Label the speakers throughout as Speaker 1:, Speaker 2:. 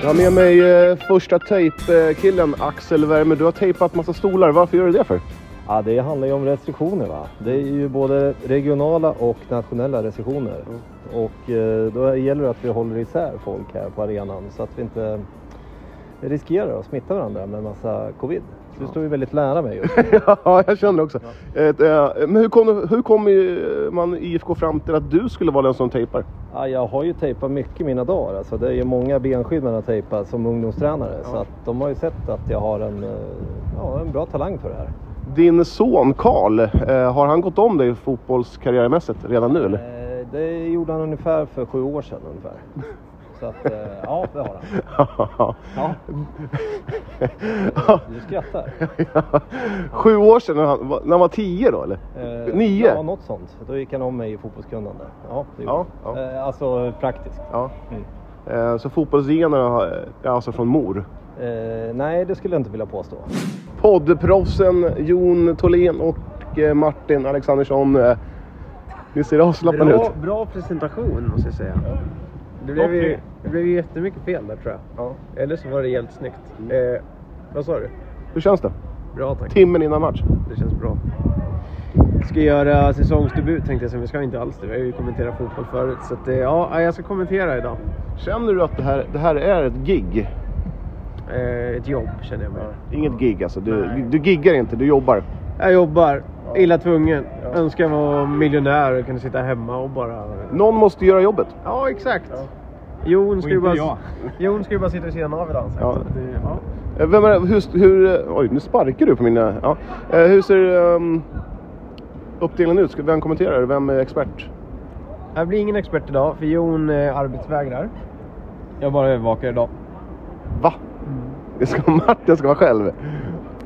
Speaker 1: Jag har med mig eh, första tejpkillen Axel Werme. Du har tejpat massa stolar. Varför gör du det för?
Speaker 2: Ja, det handlar ju om restriktioner. Va? Det är ju både regionala och nationella restriktioner. Och eh, då gäller det att vi håller isär folk här på arenan så att vi inte riskerar att smitta varandra med en massa covid. Så du står ju väldigt nära mig just nu.
Speaker 1: ja, jag känner det också. Ett, eh, Men hur kom, hur kom eh, man i IFK fram till att du skulle vara den som tejpar?
Speaker 2: ja, jag har ju tejpat mycket i mina dagar. Alltså, det är ju många benskydd man har tejpat som ungdomstränare. Så att de har ju sett att jag har en, eh, ja, en bra talang för det här.
Speaker 1: Din son Karl, eh, har han gått om dig fotbollskarriärmässigt redan nu eller?
Speaker 2: Eh, Det gjorde han ungefär för sju år sedan ungefär. Så att, eh, ja det har han. Ja. Du skrattar.
Speaker 1: Sju år sedan, när han, när han var tio då eller?
Speaker 2: Eh,
Speaker 1: Nio?
Speaker 2: Ja, något sånt. Då gick han om mig i fotbollskunnande. Ja, det gjorde
Speaker 1: Ja,
Speaker 2: han.
Speaker 1: ja.
Speaker 2: Eh, Alltså praktiskt.
Speaker 1: Ja.
Speaker 2: Mm.
Speaker 1: Eh, Så fotbollsgenerna har- är alltså från mor?
Speaker 2: Eh, nej, det skulle jag inte vilja påstå.
Speaker 1: Poddproffsen Jon Tholén och eh, Martin Alexandersson. eh, Ni ser avslappnade ut.
Speaker 3: Bra, bra presentation måste jag säga. Det blev, ju, det blev ju jättemycket fel där tror jag.
Speaker 1: Ja.
Speaker 3: Eller så var det helt snyggt. Eh, vad sa du?
Speaker 1: Hur känns det?
Speaker 3: Bra tack.
Speaker 1: Timmen innan match.
Speaker 3: Det känns bra. Ska göra säsongsdebut tänkte jag säga, men ska jag inte alls det. Vi har ju kommenterat fotboll förut. Så att, eh, ja, jag ska kommentera idag.
Speaker 1: Känner du att det här, det här är ett gig?
Speaker 3: Eh, ett jobb känner jag mig.
Speaker 1: Inget gig alltså. Du, du giggar inte, du jobbar.
Speaker 3: Jag jobbar. Illa tvungen. Önskar jag var miljonär och kunde sitta hemma och bara...
Speaker 1: Någon måste göra jobbet.
Speaker 3: Ja, exakt. Jon ska ju
Speaker 4: inte
Speaker 3: bara,
Speaker 4: jag.
Speaker 3: Jon ska ju bara sitta vid sidan av idag. så
Speaker 1: Ja.
Speaker 3: att det- ja.
Speaker 1: Eh, Vem är, hur, hur, eh, oj, nu sparkar du på mina... Ja. Eh, Hur ser ehm, uppdelningen ut? Ska- Vem kommenterar? Vem är expert?
Speaker 3: Jag blir ingen expert idag för Jon eh, arbetsvägrar.
Speaker 4: Jag bara övervakar idag.
Speaker 1: Va? Det ska, Martin ska vara själv.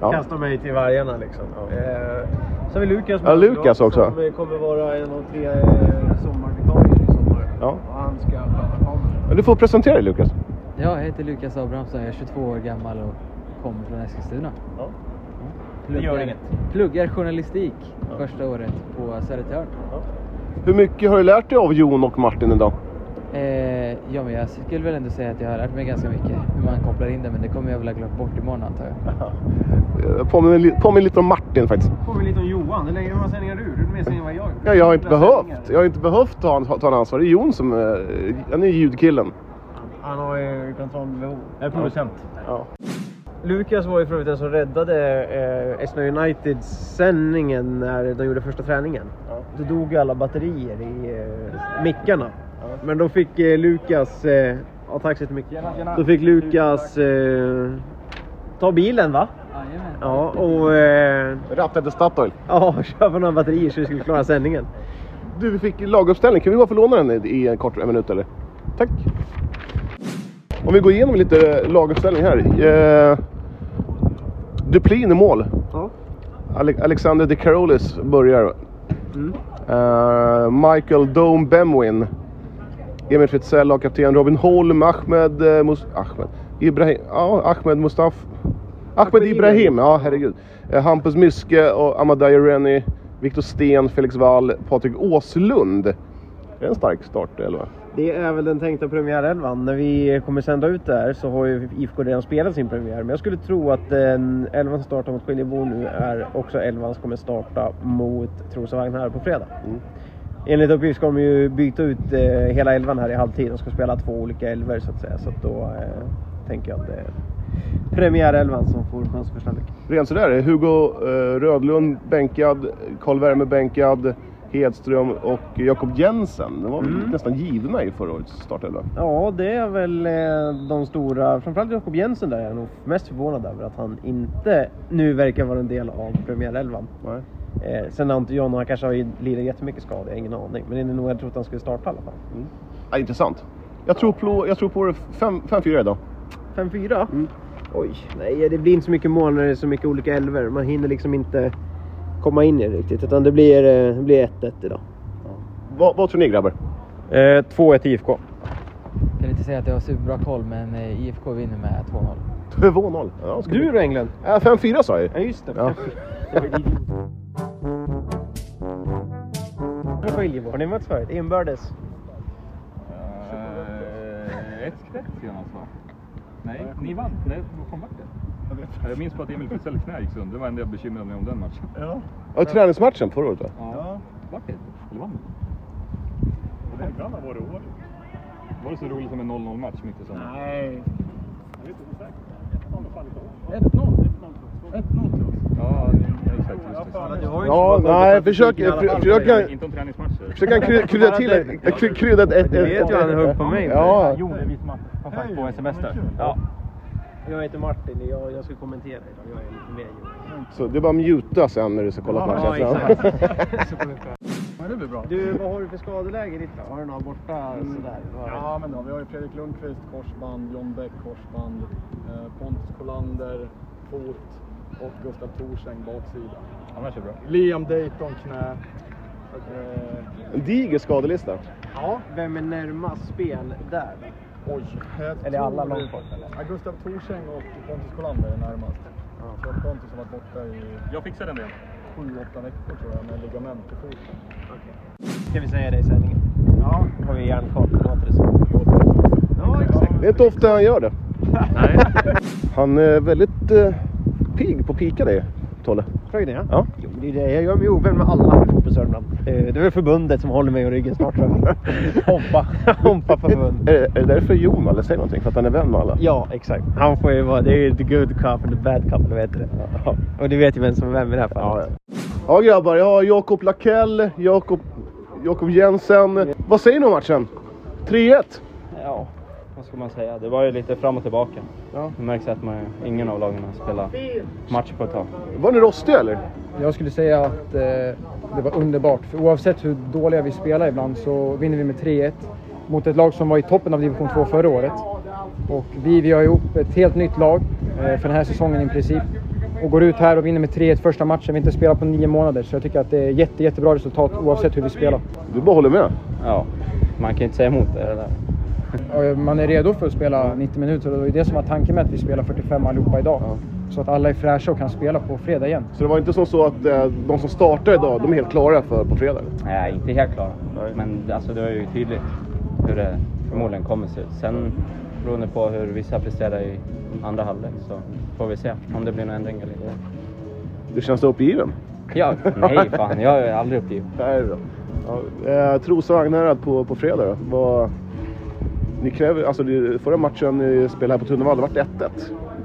Speaker 1: Ja.
Speaker 3: Kastar mig till vargarna liksom. Eh, så har vi Lukas med
Speaker 1: Ja,
Speaker 3: oss
Speaker 1: Lukas
Speaker 3: idag,
Speaker 1: också.
Speaker 3: Som eh, kommer vara en av tre eh, sommarvikarier i sommar.
Speaker 1: Ja.
Speaker 3: Och han ska sköta kameran.
Speaker 1: Du får presentera dig Lukas.
Speaker 5: Ja, jag heter Lukas Abrahamsson, jag är 22 år gammal och kommer från Eskilstuna.
Speaker 3: Ja.
Speaker 5: Pluggar,
Speaker 4: gör inget.
Speaker 5: pluggar journalistik första året på Södertörn.
Speaker 1: Hur mycket har du lärt dig av Jon och Martin idag?
Speaker 5: Eh, ja, men jag skulle väl ändå säga att jag har lärt mig ganska mycket hur man kopplar in det, men det kommer jag väl ha glömt bort imorgon antar jag.
Speaker 1: Eh, Påminner, li- påminner lite om Martin faktiskt.
Speaker 3: Kommer lite om Johan. Hur länge- hur många sändningar har du? Du är mer sändning än vad jag gjorde.
Speaker 1: Ja, jag har inte
Speaker 3: Fyra
Speaker 1: behövt.
Speaker 3: sändningar.
Speaker 1: Jag har inte behövt ta, en- ta en ansvar. Det är Jon som eh, han är ljudkillen.
Speaker 3: Han har ju kontrollbehov.
Speaker 4: Jag är producent.
Speaker 1: Ja.
Speaker 3: Lukas var ju för övrigt den som räddade eh, Esna Uniteds sändningen när de gjorde första träningen. Då dog ju alla batterier i eh, mickarna. Men då fick eh, Lukas... Eh, ja, tack så jättemycket. Då fick Lukas eh, ta bilen va?
Speaker 5: Jajamän.
Speaker 3: Ja, och eh,
Speaker 1: Rattade Statoil.
Speaker 3: ja, köpa några batterier så vi skulle klara sändningen.
Speaker 1: Du, vi fick laguppställning. Kan vi bara få låna den i- i en kort en minut eller? Tack. Om vi går igenom lite eh, laguppställning här. Eh, Duplin i mål.
Speaker 3: Ja.
Speaker 1: Ale- Alexander De Carolis börjar.
Speaker 3: Mm.
Speaker 1: Eh, Michael Dome Bemwin. Emil Fritzell, lagkapten. Robin Holm, Ahmed, eh, Mus- Ahmed, Ibrahim, ja, Ahmed Mustaf... Ahmed
Speaker 3: Ahmed
Speaker 1: Ibrahim,
Speaker 3: Ibrahim.
Speaker 1: ja herregud. Eh, Hampus Myske och Amadei Rennie. Viktor Sten, Felix Wall, Patrik Åslund. Det är en stark start, eller vad?
Speaker 3: Det är väl den tänkta premiärelvan. När vi kommer sända ut det här så har ju IFK redan spelat sin premiär. Men jag skulle tro att den elvan som startar mot Skiljebo nu är också elvan som kommer starta mot Trosa här på fredag. Enligt uppgift ska de ju byta ut eh, hela elvan här i halvtid. De ska spela två olika elver så att säga. Så att då eh, tänker jag att det är premiärelvan som får chans för förstärkning.
Speaker 1: Rent sådär, eh, Hugo eh, Rödlund bänkad, Karl Werme bänkad, Hedström och Jakob Jensen. De var väl
Speaker 3: Mm.
Speaker 1: nästan givna i förra årets startelva.
Speaker 3: Ja, det är väl eh, de stora. Framförallt Jakob Jensen där är jag nog mest förvånad över att han inte nu verkar vara en del av premiärelvan.
Speaker 1: Nej.
Speaker 3: Eh, sen har inte jag någon, han kanske har ju lidat jättemycket skada, jag har ingen aning. Men det är nog jag trodde att han skulle starta i alla fall.
Speaker 1: Ja, intressant. Jag tror på, jag tror på det. Fem- 5-4 idag.
Speaker 3: 5-4? Oj, nej det blir inte så mycket mål när det är så mycket olika elver. Man hinner liksom inte komma in i det riktigt. Utan det blir eh, det blir 1-1 idag.
Speaker 1: Vad, vad tror ni grabbar?
Speaker 4: Eh, 2-1 IFK.
Speaker 5: Kan inte säga att jag har superbra koll, men eh, IFK vinner med 2-0.
Speaker 1: 2-0. Ja, ska
Speaker 3: Du då England?
Speaker 1: vi- Äh, 5-4 sa jag ju.
Speaker 3: just det.
Speaker 1: Ja.
Speaker 3: Skiljebo. Har ni mötts förut? Inbördes?
Speaker 6: Eh,
Speaker 4: Ett skräck senast va?
Speaker 6: Nej, ni vann. Nej, vad fan vart det? Ja, Jag minns bara att Emil Fritzell knä gick sönder. Det var det enda jag bekymrade mig om den matchen.
Speaker 7: Ja.
Speaker 1: Ja, träningsmatchen förra året va?
Speaker 7: Ja.
Speaker 6: Vart det? Eller vann det?
Speaker 7: Det kan ha varit år.
Speaker 6: Var det så roligt som en 0-0 match mitt i sommaren?
Speaker 7: Nej. Jag vet inte säkert. Jag kommer fan inte ihåg.
Speaker 8: 1-0. 1-0 till oss.
Speaker 6: Ja, det- exakt. Just
Speaker 7: Ja,
Speaker 6: det.
Speaker 7: du har ju
Speaker 1: Ja,
Speaker 7: inte
Speaker 1: nej,
Speaker 7: varit
Speaker 1: försök,
Speaker 7: i alla
Speaker 1: fr-
Speaker 7: fall.
Speaker 1: försök,
Speaker 6: Nej,
Speaker 1: jag-
Speaker 6: Inte om träningsmatcher.
Speaker 1: försök han krydda, krydda till kry- krydda ett... ett,
Speaker 3: Du vet ju han högg på mig.
Speaker 1: Ja,
Speaker 4: Jo, det är vi som har kontakt på en semester.
Speaker 3: Ja. Jag heter Martin, jag, jag ska kommentera idag. Jag är lite med
Speaker 1: så det är bara att muta sen när du ska kolla på matchen.
Speaker 7: Men det blir bra.
Speaker 3: Du, vad har du för skadeläge i ditt Mm. lag? Har du några borta sådär? Vad-
Speaker 7: Ja, men då. Vi har ju Fredrik Lundqvist korsband, John Bäck korsband, eh, Pontus Kolander fot och Gustav Thorseng baksida.
Speaker 6: Annars är det bra.
Speaker 7: Liam Dayton knä. Eh,
Speaker 1: En diger skadelista.
Speaker 3: Ja, vem är närmast spel där? då?
Speaker 7: oj. jag
Speaker 3: Eller alla
Speaker 7: tror-
Speaker 3: långkort, eller?
Speaker 7: Ja, Gustav Thorseng och Pontus Kolander är närmast. Så att Pontus har varit borta i
Speaker 6: Jag fixar den delen.
Speaker 7: 7-8 veckor tror jag med ligament i foten.
Speaker 3: Ska vi säga det i sändningen? Ja. Har vi järnkoll? Låter det så? Ja, exakt.
Speaker 1: Det är inte ofta han gör det.
Speaker 6: Nej.
Speaker 1: Han är väldigt eh, pigg på att pika dig, Tolle.
Speaker 3: Frågan är?
Speaker 1: Ja.
Speaker 3: Jo, men det är det. Jag gör mig ovän med alla i Fotboll Sörmland. Eh, Det är väl förbundet som håller mig i ryggen snart tror jag. Hompa. Hompa förbund.
Speaker 1: Är, är det därför Jon aldrig säger någonting? För att han är vän med alla?
Speaker 3: Ja, exakt. Han får ju vara... Det är ju the good cop and the bad cop, eller vad heter det?
Speaker 1: Ja.
Speaker 3: Och du vet ju vem som är vem i det här fallet.
Speaker 1: Ja, ja. ja grabbar, jag har Jakob Lakell, Jakob, Jakob Jensen. Vad säger ni om matchen? 3-1?
Speaker 4: Ja, vad ska man säga? Det var ju lite fram och tillbaka.
Speaker 1: Ja.
Speaker 4: Det märks att man, ingen av lagen har spelat match på ett tag.
Speaker 1: Var ni rostiga eller?
Speaker 8: Jag skulle säga att eh, det var underbart. För oavsett hur dåliga vi spelar ibland så vinner vi med 3-1 mot ett lag som var i toppen av division 2 förra året. Och vi, vi har ihop ett helt nytt lag eh, för den här säsongen i princip. Och går ut här och vinner med 3-1 första matchen. Vi har inte spelat på nio månader så jag tycker att det är jätte, jättebra resultat oavsett hur vi spelar.
Speaker 1: Du bara håller med?
Speaker 4: Ja, man kan ju inte säga emot det där.
Speaker 8: Och man är redo för att spela 90 minuter och det är det som var tanken med att vi spelar 45 allihopa idag. Så att alla är fräscha och kan spela på fredag igen.
Speaker 1: Så det var inte som så att eh, de som startar idag, de är helt klara för på fredag?
Speaker 4: Nej, inte helt klara.
Speaker 1: Nej.
Speaker 4: Men alltså, det var ju tydligt hur det förmodligen kommer se ut. Sen beroende på hur vissa presterar i andra halvlek så får vi se om det blir några ändringar eller inte.
Speaker 1: Du känns uppgiven?
Speaker 4: Ja, nej fan, jag är aldrig uppgiven.
Speaker 1: Nej, det är bra. Ja, eh, Trosa och Agnärad på, på fredag då. Vad, ni kräver, alltså det, förra matchen ni spelade här på Tunnevall, det vart 1-1.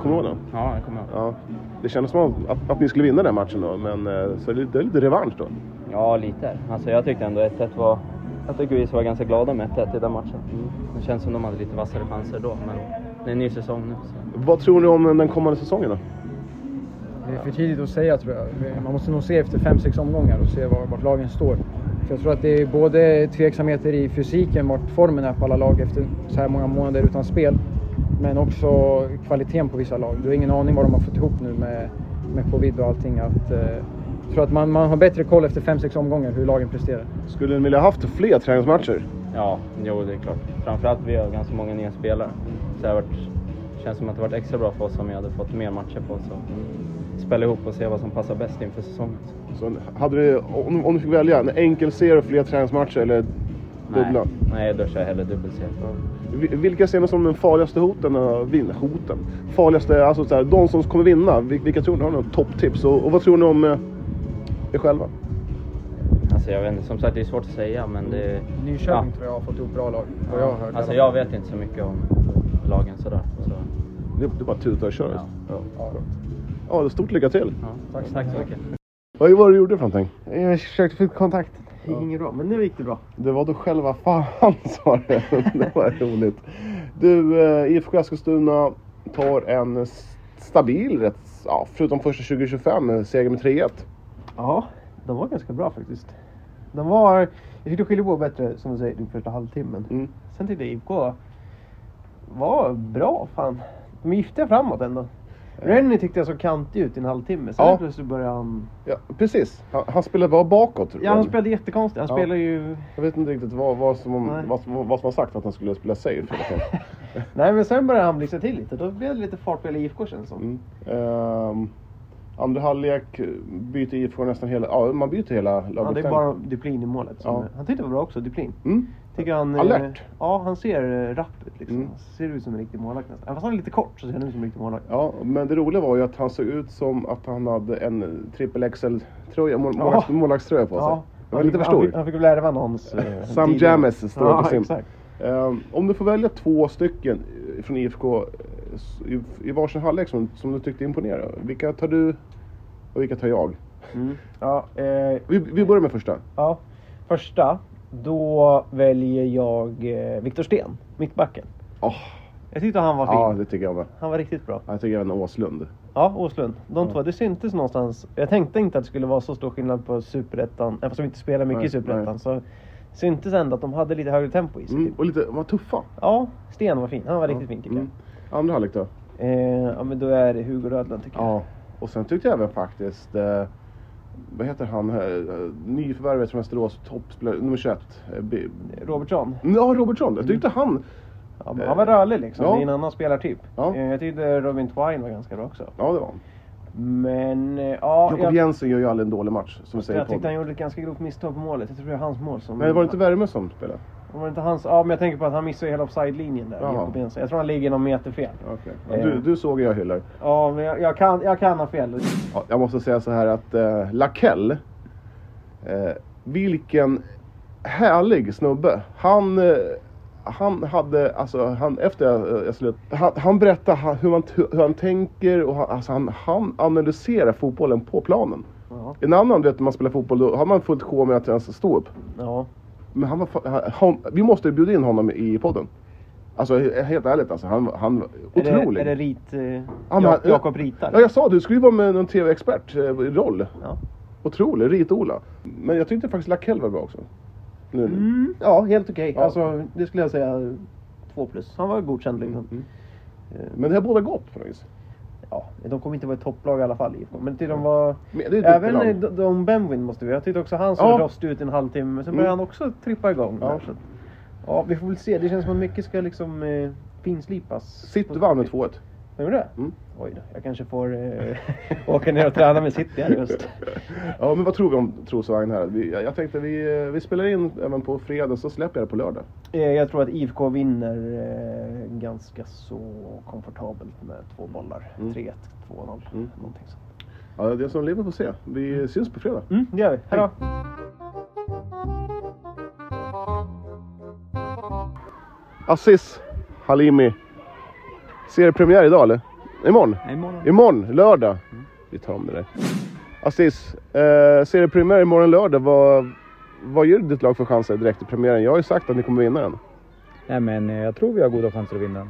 Speaker 1: Kommer du ihåg den?
Speaker 4: Ja, det kommer jag ihåg.
Speaker 1: Ja. Det kändes som att, att ni skulle vinna den matchen då, men eh, så är det, det är lite revansch då.
Speaker 4: Ja, lite. Alltså jag tyckte ändå 1-1 var... Jag tycker vi var ganska glada med 1-1 i den matchen. Det känns som de hade lite vassare chanser då, men det är en ny säsong nu. Så.
Speaker 1: Vad tror ni om den kommande säsongen då?
Speaker 8: Det är för tidigt att säga tror jag. Man måste nog se efter 5-6 omgångar och se var, vart lagen står. För jag tror att det är både tveksamheter i fysiken, vart formen är på alla lag efter så här många månader utan spel. Men också kvaliteten på vissa lag. Du har ingen aning vad de har fått ihop nu med, med covid och allting. Att, eh, jag tror att man, man har bättre koll efter 5-6 omgångar hur lagen presterar.
Speaker 1: Skulle ni vilja haft fler träningsmatcher?
Speaker 4: Ja, jo det är klart. Framförallt vi har ganska många nya spelare. Så det har varit, känns som att det har varit extra bra för oss om vi hade fått mer matcher på oss och spela ihop och se vad som passar bäst inför säsongen.
Speaker 1: Så hade vi, om, om du fick välja, en enkel serie och fler träningsmatcher eller dubbla?
Speaker 4: Nej, nej, då kör jag hellre dubbelserie.
Speaker 1: Vi- Vilka ser ni som de farligaste hoten? eh, Vin, hoten? Farligaste, alltså så här, de som kommer vinna. vil- Vilka tror ni? Har ni någon topptips? Och, och vad tror ni om eh, er själva?
Speaker 4: Alltså jag vet inte, som sagt det är svårt att säga men det...
Speaker 8: Nyköping tror jag har fått ihop bra lag, vad jag har hört.
Speaker 4: Alltså jag vet inte så mycket om lagen sådär. Så,
Speaker 1: Det är det är bara att tuta och köra.
Speaker 4: Ja.
Speaker 1: Ja. Ja. ja, stort lycka till.
Speaker 4: ja. Tack så mycket.
Speaker 1: Vad var det du gjorde för någonting?
Speaker 3: Jag försökte få kontakt. Det gick inget bra, men nu gick det bra.
Speaker 1: Det var då själva fan sa det. Det var roligt. Du, eh, IFK Eskilstuna tar en s- stabil, rätt, ja, förutom första 2025, eh, seger med 3-1.
Speaker 3: Ja, de var ganska bra faktiskt. De var... Jag tyckte Skellefteå var bättre, som du säger, den första halvtimmen.
Speaker 1: Mm.
Speaker 3: Sen tyckte jag IFK var bra, fan. De är giftiga framåt ändå. Rennie tyckte jag såg kantig ut i en halvtimme, sen
Speaker 1: Ja.
Speaker 3: plötsligt började han...
Speaker 1: Ja, precis. Han, han spelade bara bakåt. tror
Speaker 3: Ja, han
Speaker 1: jag.
Speaker 3: spelade jättekonstigt. Han
Speaker 1: Ja.
Speaker 3: spelar ju...
Speaker 1: Jag vet inte riktigt vad, vad, som,
Speaker 3: Nej.
Speaker 1: vad, vad, vad som har sagt att han skulle spela safe.
Speaker 8: Mm.
Speaker 3: Nej, men sen började han blixtra till lite. Då blev det lite fart på hela IFK känns det som.
Speaker 1: Mm. Ehm, Andra halvlek byter IFK nästan hela... Ja, man byter hela
Speaker 3: Ja, det
Speaker 1: laguppställningen.
Speaker 3: är bara Duplin i målet. Som,
Speaker 1: Ja.
Speaker 3: Han tyckte det var bra också, Duplin.
Speaker 1: Mm.
Speaker 3: Tycker han, eh,
Speaker 1: Alert.
Speaker 3: Ja, han ser eh, rapp ut liksom.
Speaker 1: Mm.
Speaker 3: Han ser ut som en riktig målvakt nästan. Även fast han är lite kort så ser han ut som en riktig målvakt.
Speaker 1: Ja, men det roliga var ju att han såg ut som att han hade en trippel XL-tröja, mål-
Speaker 3: Ja.
Speaker 1: målvakts- målvaktströja på sig. Han var lite för
Speaker 3: Han fick,
Speaker 1: stor.
Speaker 3: han fick väl ärva någons... eh,
Speaker 1: Sam
Speaker 3: tidigare.
Speaker 1: James står det på
Speaker 3: ja,
Speaker 1: sin-
Speaker 3: exakt.
Speaker 1: Ehm, om du får välja två stycken eh, från IFK eh, s- i, i varsin halvlek som, som du tyckte imponerade. Vilka tar du och vilka tar jag?
Speaker 3: Mm. Ja, eh,
Speaker 1: Vi, vi börjar med första.
Speaker 3: ja. Första, då väljer jag eh, Viktor Sten, mittbacken.
Speaker 1: Åh,
Speaker 3: Jag tyckte han var fin.
Speaker 1: ja, det tycker jag med.
Speaker 3: Han var riktigt bra.
Speaker 1: Jag tycker även Åslund.
Speaker 3: Ja, Åslund. De två, det syntes någonstans. Jag tänkte inte att det skulle vara så stor skillnad på Superettan, eftersom vi inte spelar mycket
Speaker 1: Nej,
Speaker 3: i Superettan.
Speaker 1: nej.
Speaker 3: Så syntes ändå att de hade lite högre tempo i sig.
Speaker 1: Mm,
Speaker 3: Typ.
Speaker 1: och lite, var tuffa.
Speaker 3: Ja, Sten var fin. Han var riktigt fin tycker jag.
Speaker 1: Mm. Andra halvlek då?
Speaker 9: Mm.
Speaker 3: Eh, ja, men då är det Hugo Rödlund tycker jag.
Speaker 1: Ja, och sen tyckte jag även faktiskt, eh, vad heter han, eh, nyförvärvet från Västerås, toppspelare, nummer 21. Eh, B-
Speaker 3: Robertson.
Speaker 1: ja, Robertson. Jag tyckte han,
Speaker 3: Ja, men han var rörlig liksom.
Speaker 1: Eh, Ja.
Speaker 3: Det är en annan spelartyp.
Speaker 1: Ja.
Speaker 3: Eh, jag tyckte Robin Twine var ganska bra också.
Speaker 1: ja det var han.
Speaker 3: Men eh, ja,
Speaker 1: Jakob
Speaker 3: jag, jag,
Speaker 1: Jensen gör ju aldrig en dålig match, som vi säger på.
Speaker 3: tyckte han gjorde ett ganska grovt misstag på målet. Jag tror det var hans mål som...
Speaker 1: Men var det inte Värme som spelade?
Speaker 3: Var det inte hans? Ja, men jag tänker på att han missade hela offside-linjen där.
Speaker 1: Jaha.
Speaker 3: Jakob Jensen. Jag tror han ligger någon meter fel.
Speaker 1: Okej. Du,
Speaker 3: Eh.
Speaker 1: du såg och jag hyllar.
Speaker 3: Ja, men jag, jag, kan, jag kan ha fel.
Speaker 1: Ja, jag måste säga så här att eh, Lakell, eh, vilken härlig snubbe. Han, eh, han hade, alltså han, efter jag, jag slut, han, han berättar han- hur, man, t- hur han tänker och han, alltså han, han analyserar fotbollen på planen.
Speaker 3: Ja.
Speaker 1: En annan, du vet när man spelar fotboll, då har man fullt sjå med att ens stå upp.
Speaker 3: Ja.
Speaker 1: Men han var, fa- han, han, vi måste bjuda in honom i podden. Alltså he- helt ärligt alltså, han, han var
Speaker 3: Är det,
Speaker 1: otrolig.
Speaker 3: är det Rit... Eh,
Speaker 1: men
Speaker 3: Jak-
Speaker 1: han-
Speaker 3: Jakob Ritar?
Speaker 1: Ja, jag sa det. Du skulle ju vara med någon eh, tv-expert-roll.
Speaker 3: Ja.
Speaker 1: Otrolig, rit-Ola. Men jag tyckte faktiskt Lakell var bra också. Nu.
Speaker 3: Mm, ja, helt okej.
Speaker 1: Ja.
Speaker 3: Alltså, det skulle jag säga två plus. Han var godkänd
Speaker 1: Mm,
Speaker 3: liksom.
Speaker 1: Men det här båda gott på något vis.
Speaker 3: Ja, de kommer inte vara ett topplag i alla fall IFK. Men till de var...
Speaker 1: Men det är ett
Speaker 3: Även
Speaker 1: lag.
Speaker 3: eh, D- Don Benwin måste vi. Jag tyckte också han såg
Speaker 1: Ja.
Speaker 3: rostig ut i en halvtimme. Men sen började
Speaker 1: Mm.
Speaker 3: han också trippa igång.
Speaker 1: Ja.
Speaker 3: Ja. Där, så att, ja, vi får väl se. Det känns som att mycket ska liksom eh, finslipas.
Speaker 1: City vann med 2-1.
Speaker 3: Vem är det?
Speaker 1: Mm.
Speaker 3: Oj då, jag kanske får eh, åka ner och träna med City här i höst.
Speaker 1: Ja, men vad tror vi om Trosvagn här? Vi, jag jag tänkte vi, eh, vi spelar in även på fredag, så släpper jag det på lördag.
Speaker 3: Eh, Jag tror att IFK vinner eh, ganska så komfortabelt med två bollar.
Speaker 1: Mm.
Speaker 3: 3-1, 2-0.
Speaker 1: Mm.
Speaker 3: Någonting sånt.
Speaker 1: Ja, det är som lever får se. Vi syns på fredag.
Speaker 3: Mm, det gör vi. Hej då!
Speaker 1: Aziz Halimi. Seriepremiär idag eller? Imorgon?
Speaker 6: Imorgon.
Speaker 1: Imorgon, lördag. Vi tar om det där. Aziz, eh, seriepremiär imorgon lördag. Vad, vad gör ditt lag för chanser direkt i premiären? Jag har ju sagt att ni kommer vinna den.
Speaker 9: Nej, men eh, jag tror vi har goda chanser att vinna.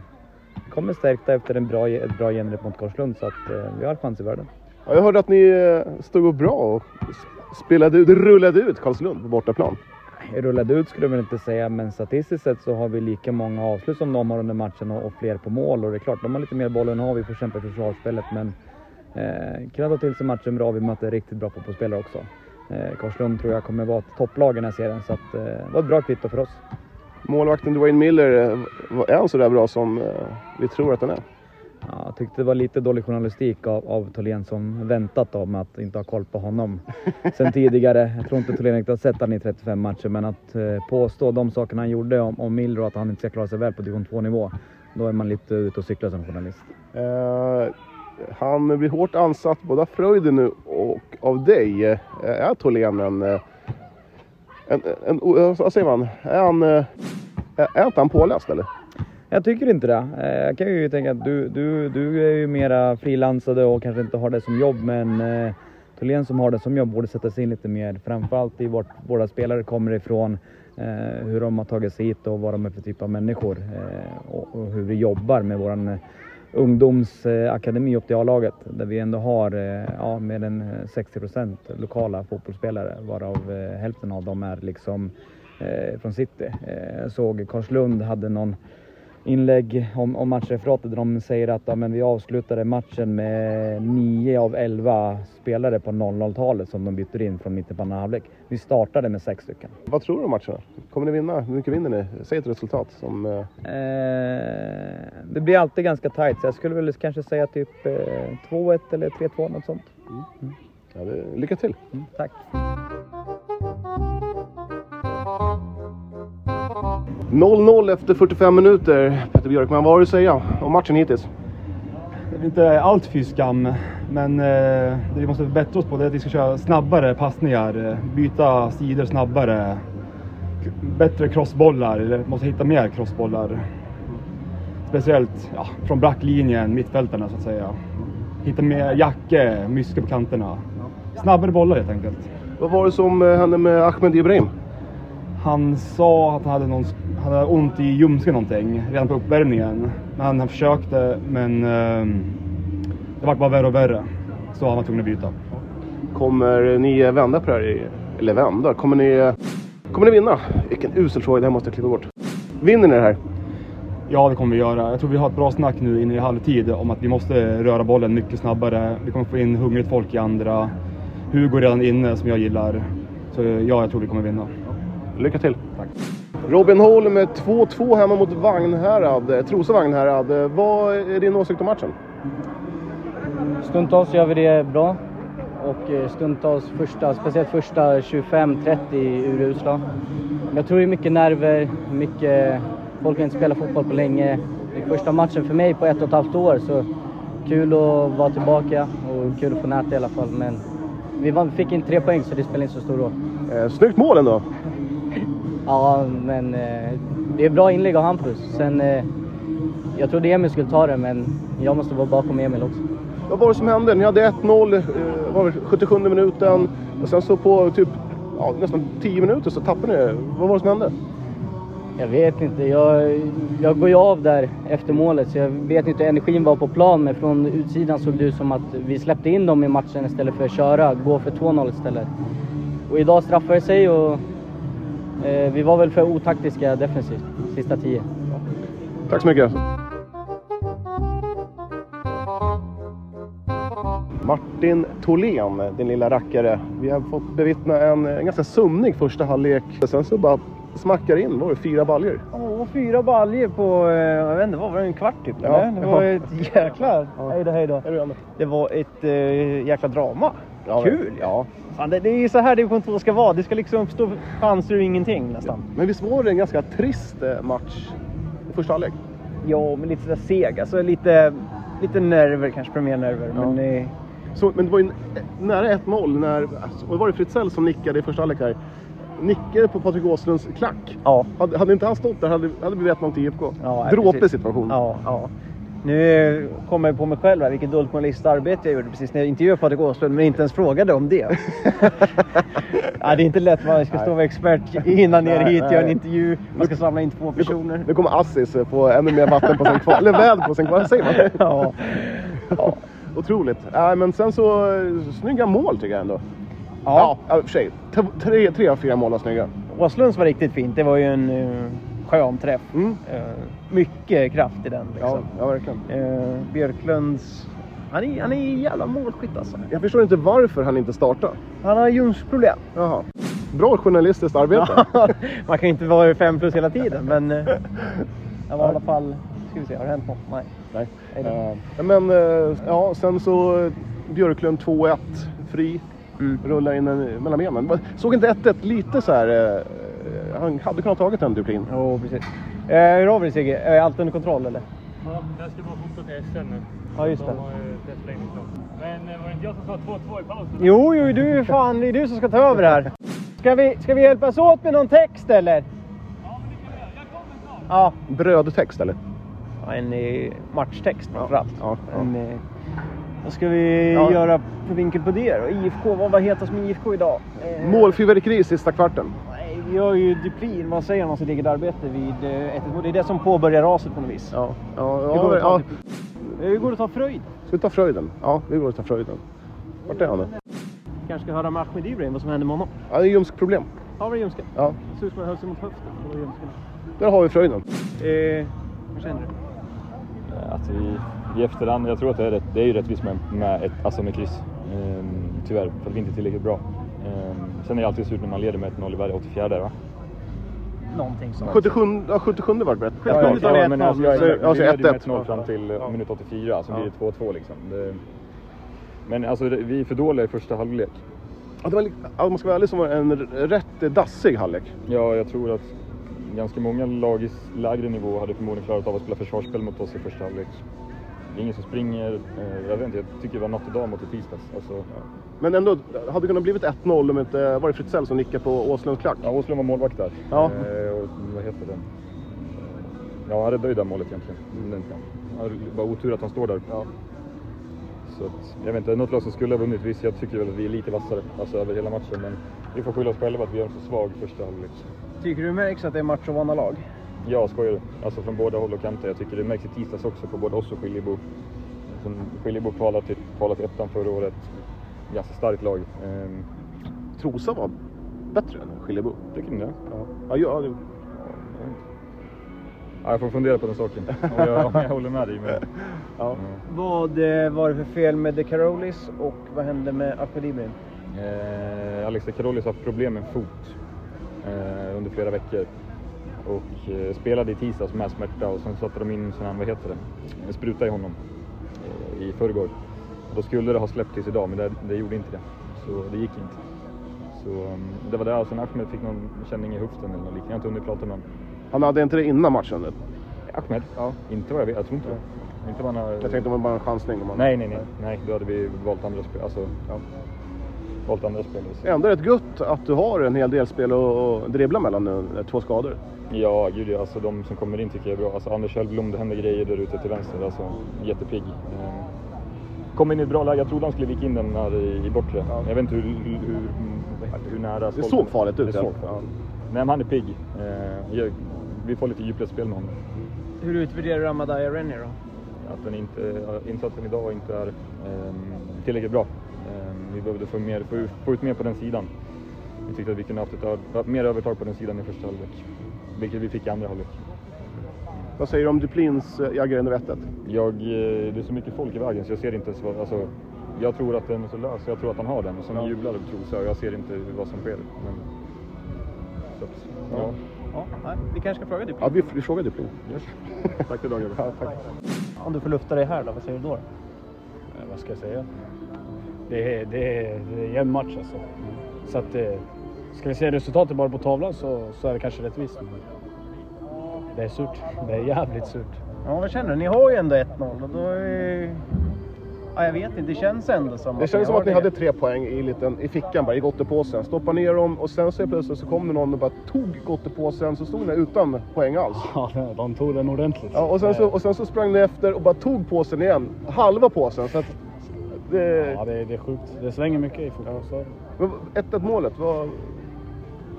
Speaker 9: Vi kommer stärkta efter en bra, ett bra genrep mot Korslund så att eh, vi har chans i världen.
Speaker 1: Ja, jag hörde att ni eh, stod upp bra och s- spelade ut, rullade ut Karlslund på bortaplan.
Speaker 9: Rullade ut skulle jag väl inte säga, men statistiskt sett så har vi lika många avslut som de har under matchen och, och fler på mål. Och det är klart, de har lite mer boll än har vi får kämpa i försvarsspelet, men eh, kunna ta till sig matchen bra. Vi möter riktigt bra fotbollsspelare också. Eh, Korslund tror jag kommer vara ett topplag i den här serien, så att, eh, det var ett bra kvitto för oss.
Speaker 1: Målvakten Dwayne Miller, eh, var- är han så där bra som eh, vi tror att han är?
Speaker 9: Ja, jag tyckte det var lite dålig journalistik av, av Tholén som väntat om att inte ha koll på honom sen tidigare. Jag tror inte Tholén riktigt har sett han i 35 matcher, men att eh, påstå de sakerna han gjorde om, om Miller och att han inte ska klara sig väl på division 2-nivå, då är man lite ute och cyklar som journalist.
Speaker 1: Eh, han blir hårt ansatt både av Fröjden nu och av dig. Eh, är Tholén en... eh, en, en, en vad säger man? Är han... eh, Är, är inte han påläst eller?
Speaker 9: Jag tycker inte det. Eh, Jag kan ju tänka att du, du, du är ju mera frilansade och kanske inte har det som jobb, men eh, Tholén som har det som jobb borde sätta sig in lite mer, framförallt i vart våra spelare kommer ifrån, eh, hur de har tagit sig hit och vad de är för typ av människor eh, och, och hur vi jobbar med våran eh, ungdomsakademi upp till A-laget där vi ändå har eh, ja, mer än eh, 60 procent lokala fotbollsspelare varav eh, hälften av dem är liksom eh, från city. Eh, Jag såg Karlslund hade någon inlägg om, om matchreferatet där de säger att ja, men vi avslutade matchen med 9 av 11 spelare på 00-talet som de bytte in från mitten på andra halvlek. Vi startade med sex stycken.
Speaker 1: Vad tror du om matcherna? Kommer ni vinna? Hur mycket vinner ni? Säg ett resultat som... eh,
Speaker 9: Eh, det blir alltid ganska tight så jag skulle väl kanske säga typ eh, 2-1 eller 3-2 något sånt.
Speaker 1: Ja, det, lycka till!
Speaker 9: Mm, tack.
Speaker 10: Thank you.
Speaker 1: 0-0 efter 45 minuter. Petter Björkman, vad har du att säga om matchen hittills?
Speaker 11: Det är inte allt för skam, men eh, det vi måste bättra oss på det är att vi ska köra snabbare passningar, eh, byta sidor snabbare, k- bättre crossbollar, eller måste hitta mer crossbollar. Speciellt ja, från backlinjen, mittfältarna så att säga. Hitta mer Jacke, Myske på kanterna. Snabbare bollar helt enkelt.
Speaker 1: Vad var det som eh, hände med Ahmed Ibrahim?
Speaker 11: Han sa att han hade, någon, han hade ont i ljumsken någonting redan på uppvärmningen. Men han, han försökte men ehm, det var bara värre och värre. Så han var tvungen att byta.
Speaker 1: Kommer ni vända på det här? i- Eller vända? Kommer ni, kommer ni vinna? Vilken usel fråga, det här måste jag klippa bort. Vinner ni det här?
Speaker 11: Ja, det kommer vi göra. Jag tror vi har ett bra snack nu inne i halvtid om att vi måste röra bollen mycket snabbare. Vi kommer få in hungrigt folk i andra. Hugo är redan inne som jag gillar. Så ja, jag tror vi kommer vinna.
Speaker 1: Lycka till! Robin Holm med 2-2 hemma mot Vagnhärad, Trosa Vagnhärad. Eh, Vad är din åsikt om matchen?
Speaker 12: Stundtals gör vi det bra och eh, stundtals, första, speciellt första 25-30 är urusla. Men Jag tror det är mycket nerver, mycket, folk har inte spelat fotboll på länge. Det är första matchen för mig på ett och ett halvt år så kul att vara tillbaka och kul att få näta i alla fall. Men vi vann, fick inte tre poäng så det spelar inte så stor roll.
Speaker 1: Eh, snyggt mål ändå!
Speaker 12: Ja, men eh, det är bra inlägg av Hampus. Sen, eh, jag trodde Emil skulle ta det men jag måste vara bakom Emil också.
Speaker 1: Vad var det som hände? Ni hade 1-0, eh, var det 77 minuten och sen så på typ ja, nästan 10 minuter så tappade ni. Vad var det som hände?
Speaker 12: Jag vet inte. Jag, jag går ju av där efter målet så jag vet inte hur energin var på plan men från utsidan såg det ut som att vi släppte in dem i matchen istället för att köra, gå för 2-0 istället. Och idag straffade det sig och eh, vi var väl för otaktiska defensivt, sista tio.
Speaker 1: Tack så mycket! Martin Tholén, din lilla rackare. Vi har fått bevittna en, en ganska sömnig första halvlek. Sen så bara smackar in, vad var det, fyra baljor?
Speaker 3: Och fyra baljer på, eh, jag vet inte, vad var det, en kvart typ?
Speaker 1: Ja.
Speaker 3: eller? Det var
Speaker 1: Ja.
Speaker 3: ett jäkla... Hej då, hej då. Det var ett eh, jäkla drama.
Speaker 1: Ja,
Speaker 3: Kul!
Speaker 1: Ja.
Speaker 3: Fan, det, det är ju så här division 2 ska vara. Det ska liksom uppstå chanser och ingenting nästan.
Speaker 1: Men visst var det en ganska trist eh, match i första halvlek?
Speaker 3: Ja, men lite sådär seg. Alltså lite, lite nerver kanske, premiärnerver. Men eh, det,
Speaker 1: Så, men det var ju n- nära 1-0 när, alltså, och det var det Fritzell som nickade i första halvlek här. Nickade på Patrik Åslunds klack.
Speaker 3: Ja.
Speaker 1: Hade, hade inte han stått där hade hade det blivit 1-0 till IFK.
Speaker 3: Ja,
Speaker 1: Dråplig
Speaker 3: precis.
Speaker 1: situation.
Speaker 3: Ja, ja. Nu kommer jag på mig själv här, vilket dåligt journalistiskt arbete jag gjorde precis när jag intervjuade Patrik Åslund, men inte ens frågade om det. ja, det är inte lätt, man ska stå och vara expert, hinna ner
Speaker 1: Nej,
Speaker 3: hit, göra en
Speaker 1: nej.
Speaker 3: intervju, man ska samla in två personer.
Speaker 1: Nu kommer Assis eh, på ännu mer vatten på sin kvar. Eller väd på sin kvar. Vad säger man?
Speaker 3: Ja.
Speaker 1: ja. Otroligt. Äh, men sen så, eh, snygga mål tycker jag ändå. Ja. ja I och för sig. T- Tre, tre av fyra mål var snygga.
Speaker 3: Åslunds var riktigt fint, det var ju en eh, skön träff. Eh, mycket kraft i den. Liksom.
Speaker 1: Mm.
Speaker 3: Eh,
Speaker 1: Ja, verkligen.
Speaker 3: Björklunds, han är, han är en jävla målskytt alltså.
Speaker 1: Jag förstår inte varför han inte startar.
Speaker 3: Han har ljumskproblem.
Speaker 1: Jaha. Bra journalistiskt arbete.
Speaker 3: Man kan ju inte vara fem plus hela tiden, men eh, jag var i alla fall... Ska vi se, har det hänt något? Nej.
Speaker 1: Nej.
Speaker 3: Nej, det-
Speaker 1: Eh, men eh, ja, sen så eh, Björklund 2-1 fri. Rullar in en, mellan benen. Va- Såg inte 1-1 lite så här... eh, han hade kunnat tagit den Duplin.
Speaker 3: Jo, precis. Eh, hur har vi det Sigge? Är allt under kontroll eller?
Speaker 13: Ja, jag ska bara fota till SL nu.
Speaker 3: Ja, just det.
Speaker 13: De har ju testläggningsdag. Men eh, var det inte jag som sa 2-2 i pausen?
Speaker 3: Jo, jo, du är fan, det är du som ska ta över här. Ska vi, ska vi hjälpas åt med någon text eller? Ja,
Speaker 1: Brödtext eller?
Speaker 3: Ja, en eh, matchtext framförallt.
Speaker 1: Ja,
Speaker 3: En, eh, vad ska vi
Speaker 1: Ja.
Speaker 3: göra för vinkel på det då? IFK, vad var hetast med IFK idag? Eh,
Speaker 1: Målfyrverkeri i sista kvarten.
Speaker 3: nej, vi har ju Duplin, vad säger han om sitt eget arbete vid eh, 1 Det är det som påbörjar raset på något vis.
Speaker 1: Ja, ja,
Speaker 3: Hur går det att ta
Speaker 1: ja.
Speaker 3: Duplin? Eh, Hur går det att ta Fröjd?
Speaker 1: Ska vi ta Fröjden? Ja, vi går och tar Fröjden. Vart är han nu?
Speaker 3: Kanske ska höra med Ahmed Ibrahim vad som händer med honom.
Speaker 1: Ja, det är ljumskt problem.
Speaker 3: Har vi ljumsken?
Speaker 1: Ja.
Speaker 3: Det ser ut som han höll sig mot höften. Det var ljumsken.
Speaker 1: Där har vi Fröjden.
Speaker 3: Eh, Vad känner du?
Speaker 13: Eh, Att vi i efterhand, jag tror att det är, rätt, det är ju rättvist med, med, ett, alltså med kryss. Ehm, tyvärr, för att vi inte är tillräckligt bra. Ehm, sen är det alltid surt när man leder med 1-0 i varje 84 va?
Speaker 3: Någonting sånt.
Speaker 1: 77, ja, 77 vart det bättre.
Speaker 13: Ja, ja, ja, men alltså, jag,
Speaker 1: Så-
Speaker 13: jag,
Speaker 1: alltså
Speaker 13: vi ledde med
Speaker 1: 1-1.
Speaker 13: 1-0 fram till eh, minut 84, så
Speaker 1: Ja. Mm.
Speaker 13: blir det 2-2 liksom. Det, men alltså det- vi är för dåliga i första halvlek.
Speaker 1: Ja, det var, li- ja, om man ska vara ärlig så var det en r- rätt dassig halvlek.
Speaker 13: Ja, jag tror att ganska många lag i s- lägre nivå hade förmodligen klarat av att spela försvarsspel mot oss i första halvlek. Det är ingen som springer. eh, Jag vet inte, jag tycker det var natt och dag mot i tisdags. Alltså,
Speaker 1: Men ändå, det hade kunnat blivit 1-0 om inte eh, var det Fritzell som nickade på Åslunds klack.
Speaker 13: Ja, Åslund var målvakt där.
Speaker 1: Ja.
Speaker 13: Eh, och, vad heter den? Ja, han räddade ju det målet egentligen. Den kan. Han hade bara otur att han står där. Så att, jag vet inte, något lag som skulle ha vunnit. Visst, jag tycker väl att vi är lite vassare alltså, över hela matchen. Men vi får skylla oss själva att vi gör en så svag första halvlek.
Speaker 3: Tycker du märks att det är match och vanna lag?
Speaker 13: Ja, skojar du? Alltså från båda håll och kanter. Jag tycker det märks i tisdags också på både oss och Skiljebo. Som Skiljebo kvalade till, kvalade till ettan förra året. Ganska starkt lag. Ehm,
Speaker 1: Trosa var bättre än Skiljebo.
Speaker 13: Tycker ni det? Mm, Ja.
Speaker 1: Ja, ja, det-
Speaker 13: Ja, jag får fundera på den saken. Om jag, om jag håller med dig. Men...
Speaker 3: Ja. Vad eh, var det för fel med De Carolis och vad hände med Akolibrin?
Speaker 13: Eh, Alexa Karolys har haft problem med en fot eh, under flera veckor. Och eh, spelade i tisdags med smärta och sen satte de in en sån här, vad heter det, en spruta i honom eh, i förrgår. Och Då skulle det ha släppt tills idag men det, det gjorde inte det. Så det gick inte. Så um, det var där och sen Ahmed fick någon känning i höften eller något liknande. Jag har inte hunnit prata med honom.
Speaker 1: Han hade inte det innan matchen? eller?
Speaker 13: Ahmed? Ja. Inte vad jag vet, jag tror inte det. Inte vad han har...
Speaker 1: Jag tänkte om det bara var en chansning. Om han...
Speaker 13: Nej, nej, nej, nej. Då hade vi valt andra spel. Alltså, valt andra spelare. så-
Speaker 1: Ändå rätt gött att du har en hel del spel att att dribbla mellan nu, när två skador.
Speaker 13: Ja, gud ja, alltså de som kommer in tycker jag är bra. Alltså Anders Hellblom, det händer grejer där ute till vänster. Alltså, jättepigg. Eh, Kom in i ett bra läge. Jag trodde han skulle vika in den här i, i bortre. Jag vet inte hur, hur, hur, hur nära... stolpen-
Speaker 1: såg farligt ut,
Speaker 13: Det
Speaker 1: ja.
Speaker 13: såg farligt. Nej, men han är pigg. Eh, jag- Vi får lite djupledsspel med honom.
Speaker 3: Hur utvärderar du Amadaya Rennie då?
Speaker 13: Att den inte, insatsen idag inte är ehm, tillräckligt bra. Ehm, vi behövde få, mer, få, ut- få ut mer på den sidan. Vi tyckte att vi kunde haft ett, ö- mer övertag på den sidan i första halvlek. Vilket vi fick i andra halvlek.
Speaker 1: Vad säger du om Duplins eh, Jagger vettet?
Speaker 13: Jag, eh, det är så mycket folk i vägen så jag ser inte ens vad, alltså, jag tror att den är så lös, jag tror att han har den. Och sen jublar Trosa och jag ser inte vad som sker. Men, så att, ja.
Speaker 3: Ja, nej, vi kanske ska fråga Duplin.
Speaker 1: Ja, vi, vi frågar Duplin.
Speaker 13: Tack idag grabbar.
Speaker 3: Om du får lufta dig här då, vad säger du då?
Speaker 14: Eh, Vad ska jag säga? Det är, det är, det är en jämn match alltså. Så att, eh, ska vi se resultatet bara på tavlan så, så är det kanske rättvist. Men det är surt. Det är jävligt surt.
Speaker 3: Ja, vad känner du? Ni har ju ändå 1-0 och då är... Ja, jag vet inte, det känns ändå som
Speaker 1: Det kändes som att ni
Speaker 3: har
Speaker 1: hade tre poäng i, liten, i fickan bara, i gottepåsen. Stoppa ner dem och sen så plötsligt så kom det någon och bara tog gottepåsen så stod ni utan poäng alls.
Speaker 14: Ja, de tog den ordentligt.
Speaker 1: Ja, och, sen så, och sen så sprang ni efter och bara tog påsen igen. Halva påsen. Så att det...
Speaker 14: Ja, det, det är sjukt. Det svänger mycket i fotboll. så är det.
Speaker 1: Men 1-1 målet, vad...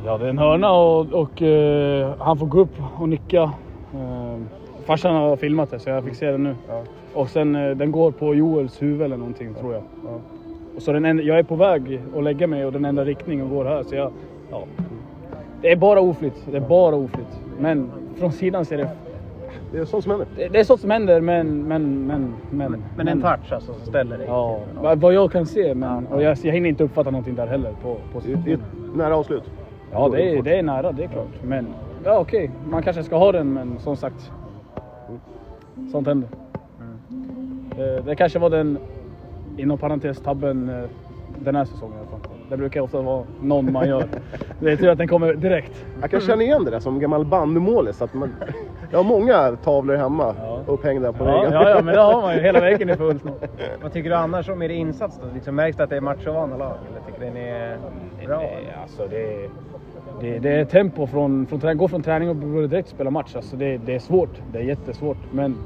Speaker 14: Ja, det är en hörna och, och eh, han får gå upp och nicka. Eh, farsan har filmat det så jag fick se det nu. Och sen eh, den går på Joels huvud eller någonting tror jag. Och så den en, jag är på väg att lägga mig och den enda riktningen går här så jag... Ja. Det är bara oflytt. Det är bara oflytt. Men från sidan ser det...
Speaker 1: Det är sånt som händer.
Speaker 14: Det, är sånt som händer men... Men, men, men, men,
Speaker 3: Men en touch alltså som ställer dig.
Speaker 14: Ja, vad- vad jag kan se. Men, och jag, jag hinner inte uppfatta någonting där heller. På, på
Speaker 1: det är nära avslut.
Speaker 14: Ja, det är, det är nära. Det är klart. Men ja, okej. Man kanske ska ha den, men som sagt. Sånt händer. Eh, Det kanske var den, inom parentes, tabben eh, den här säsongen i alla fall. Det brukar ofta vara någon man gör. Det är tur att den kommer direkt.
Speaker 1: Jag kan känna igen det där som gammal bandymålis. att Man... Jag har många tavlor hemma upphängda på väggen.
Speaker 14: väggen är full snart.
Speaker 3: Vad tycker du annars om er insats då? Liksom, märks det att det är match och vana lag? Eller tycker du ni är bra?
Speaker 14: Alltså det är... Det, det är tempo från, från träning. Gå från träning och börja direkt spela match. Alltså det, det är svårt. Det är jättesvårt. Men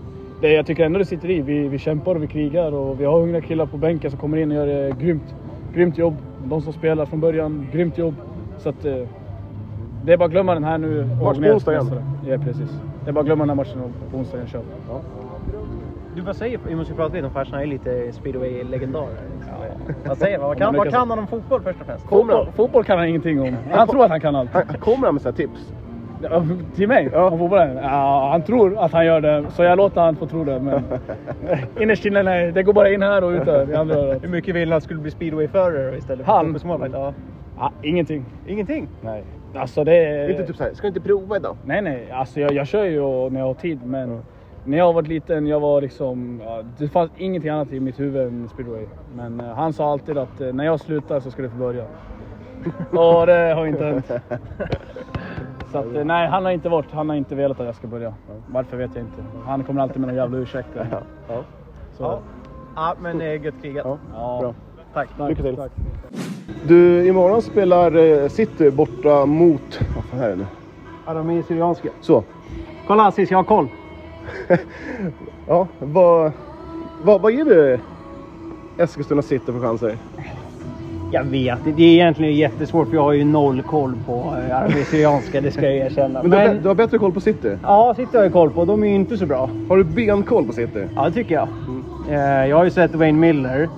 Speaker 14: det, jag tycker ändå det sitter i. Vi, vi kämpar och vi krigar och vi har unga killar på bänken som kommer in och gör det grymt. Grymt jobb. De som spelar från början, grymt jobb. Så att... eh, Det är bara att glömma den här nu. och
Speaker 1: Match på
Speaker 14: mer
Speaker 1: onsdag igen.
Speaker 14: nästa. Ja, precis. Det är bara att glömma den här matchen och på onsdag igen kör vi.
Speaker 3: Du, vad säger, vi måste ju prata lite om farsan, han är lite speedway-legendar. Vad säger han? Vad kan, vad kan han om fotboll först och främst?
Speaker 14: Fotboll, fotboll kan han ingenting om. Han tror att han kan allt.
Speaker 1: Kommer han med så här tips?
Speaker 14: Ja, Till mig? Om fotbollen? Ja, han tror att han gör det, så jag låter han få tro det. Men innerst inne, nej. Det går bara in här och ut där. i andra örat.
Speaker 3: Hur mycket vill han skulle bli speedwayförare istället? för
Speaker 14: Han?
Speaker 3: fotbollsmålvakt? Ja.
Speaker 14: Ja, ingenting.
Speaker 3: Ingenting?
Speaker 14: Nej. Alltså det...
Speaker 3: Inte typ
Speaker 14: såhär, ska du inte prova idag? Nej, nej. Alltså jag, jag kör ju och- när jag har tid, men när jag var liten, jag var liksom... Ja, det fanns ingenting annat i mitt huvud än speedway. Men eh, han sa alltid att eh, när jag slutar så ska du få börja. och det har ju inte hänt. Så att, eh, nej, han har inte varit, han har inte velat att jag ska börja. Varför vet jag inte. Han kommer alltid med någon jävla ursäkt. Ja. Så.
Speaker 3: Ja. Ja, men eh, gött krigat.
Speaker 14: Ja.
Speaker 1: Bra.
Speaker 3: Tack.
Speaker 1: Lycka till. Du, imorgon spelar eh, City borta mot... Vad fan är det nu?
Speaker 15: Ja, de är syrianska.
Speaker 1: Så.
Speaker 15: Kolla Aziz, jag har koll.
Speaker 1: Ja, vad, vad, vad ger du Eskilstuna City för chanser?
Speaker 3: Jag vet det. Det är egentligen jättesvårt för jag har ju noll koll på eh, arabisyrianska, det ska jag erkänna.
Speaker 1: Men, du, har, bä- du har bättre koll på City?
Speaker 3: Ja, City har jag koll på. De är ju inte så bra.
Speaker 1: Har du benkoll på City?
Speaker 3: Ja, det tycker jag. Eh, Jag har ju sett Wayne Miller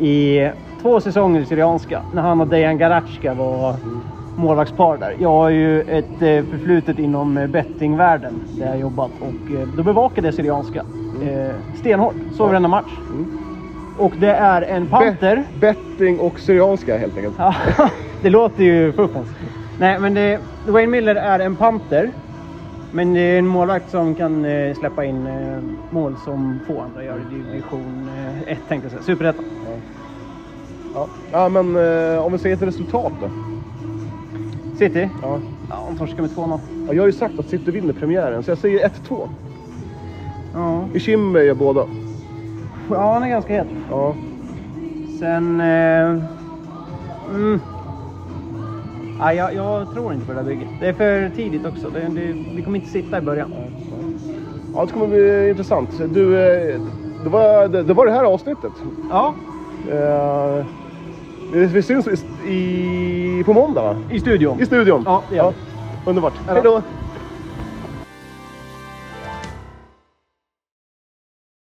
Speaker 3: i två säsonger i Syrianska när han och Dejan Garatska var målvaktspar där. Jag har ju ett eh, förflutet inom eh, bettingvärlden där jag har jobbat och eh, då bevakade jag Syrianska eh, stenhårt. Såg varenda match. Och det är en panter.
Speaker 1: betting och Syrianska helt enkelt.
Speaker 3: Ja, det låter ju fuffens. Nej, men det, Wayne Miller är en panter. Men det är en målvakt som kan eh, släppa in eh, mål som få andra gör i division 1 tänkte jag säga. Superettan.
Speaker 1: Ja. ja, men eh, om vi säger ett resultat då?
Speaker 3: City?
Speaker 1: Ja.
Speaker 3: ja de torskar med 2-0.
Speaker 1: Ja, jag har ju sagt att City vinner premiären, så jag säger 1-2.
Speaker 3: Ja.
Speaker 1: Kimmer gör båda.
Speaker 3: ja, han är ganska het.
Speaker 1: Ja.
Speaker 3: Sen... Eh, mm. Ja, jag, jag tror inte på det där bygget. Det är för tidigt också. Det, det, vi kommer inte sitta i början.
Speaker 1: Ja, det kommer bli intressant. Du, eh, det, var, det, det var det här avsnittet.
Speaker 3: Ja.
Speaker 1: Eh, vi, vi syns i, i, på måndag va?
Speaker 3: I studion.
Speaker 1: I studion.
Speaker 3: Ja,
Speaker 1: ja. Underbart. Hej då.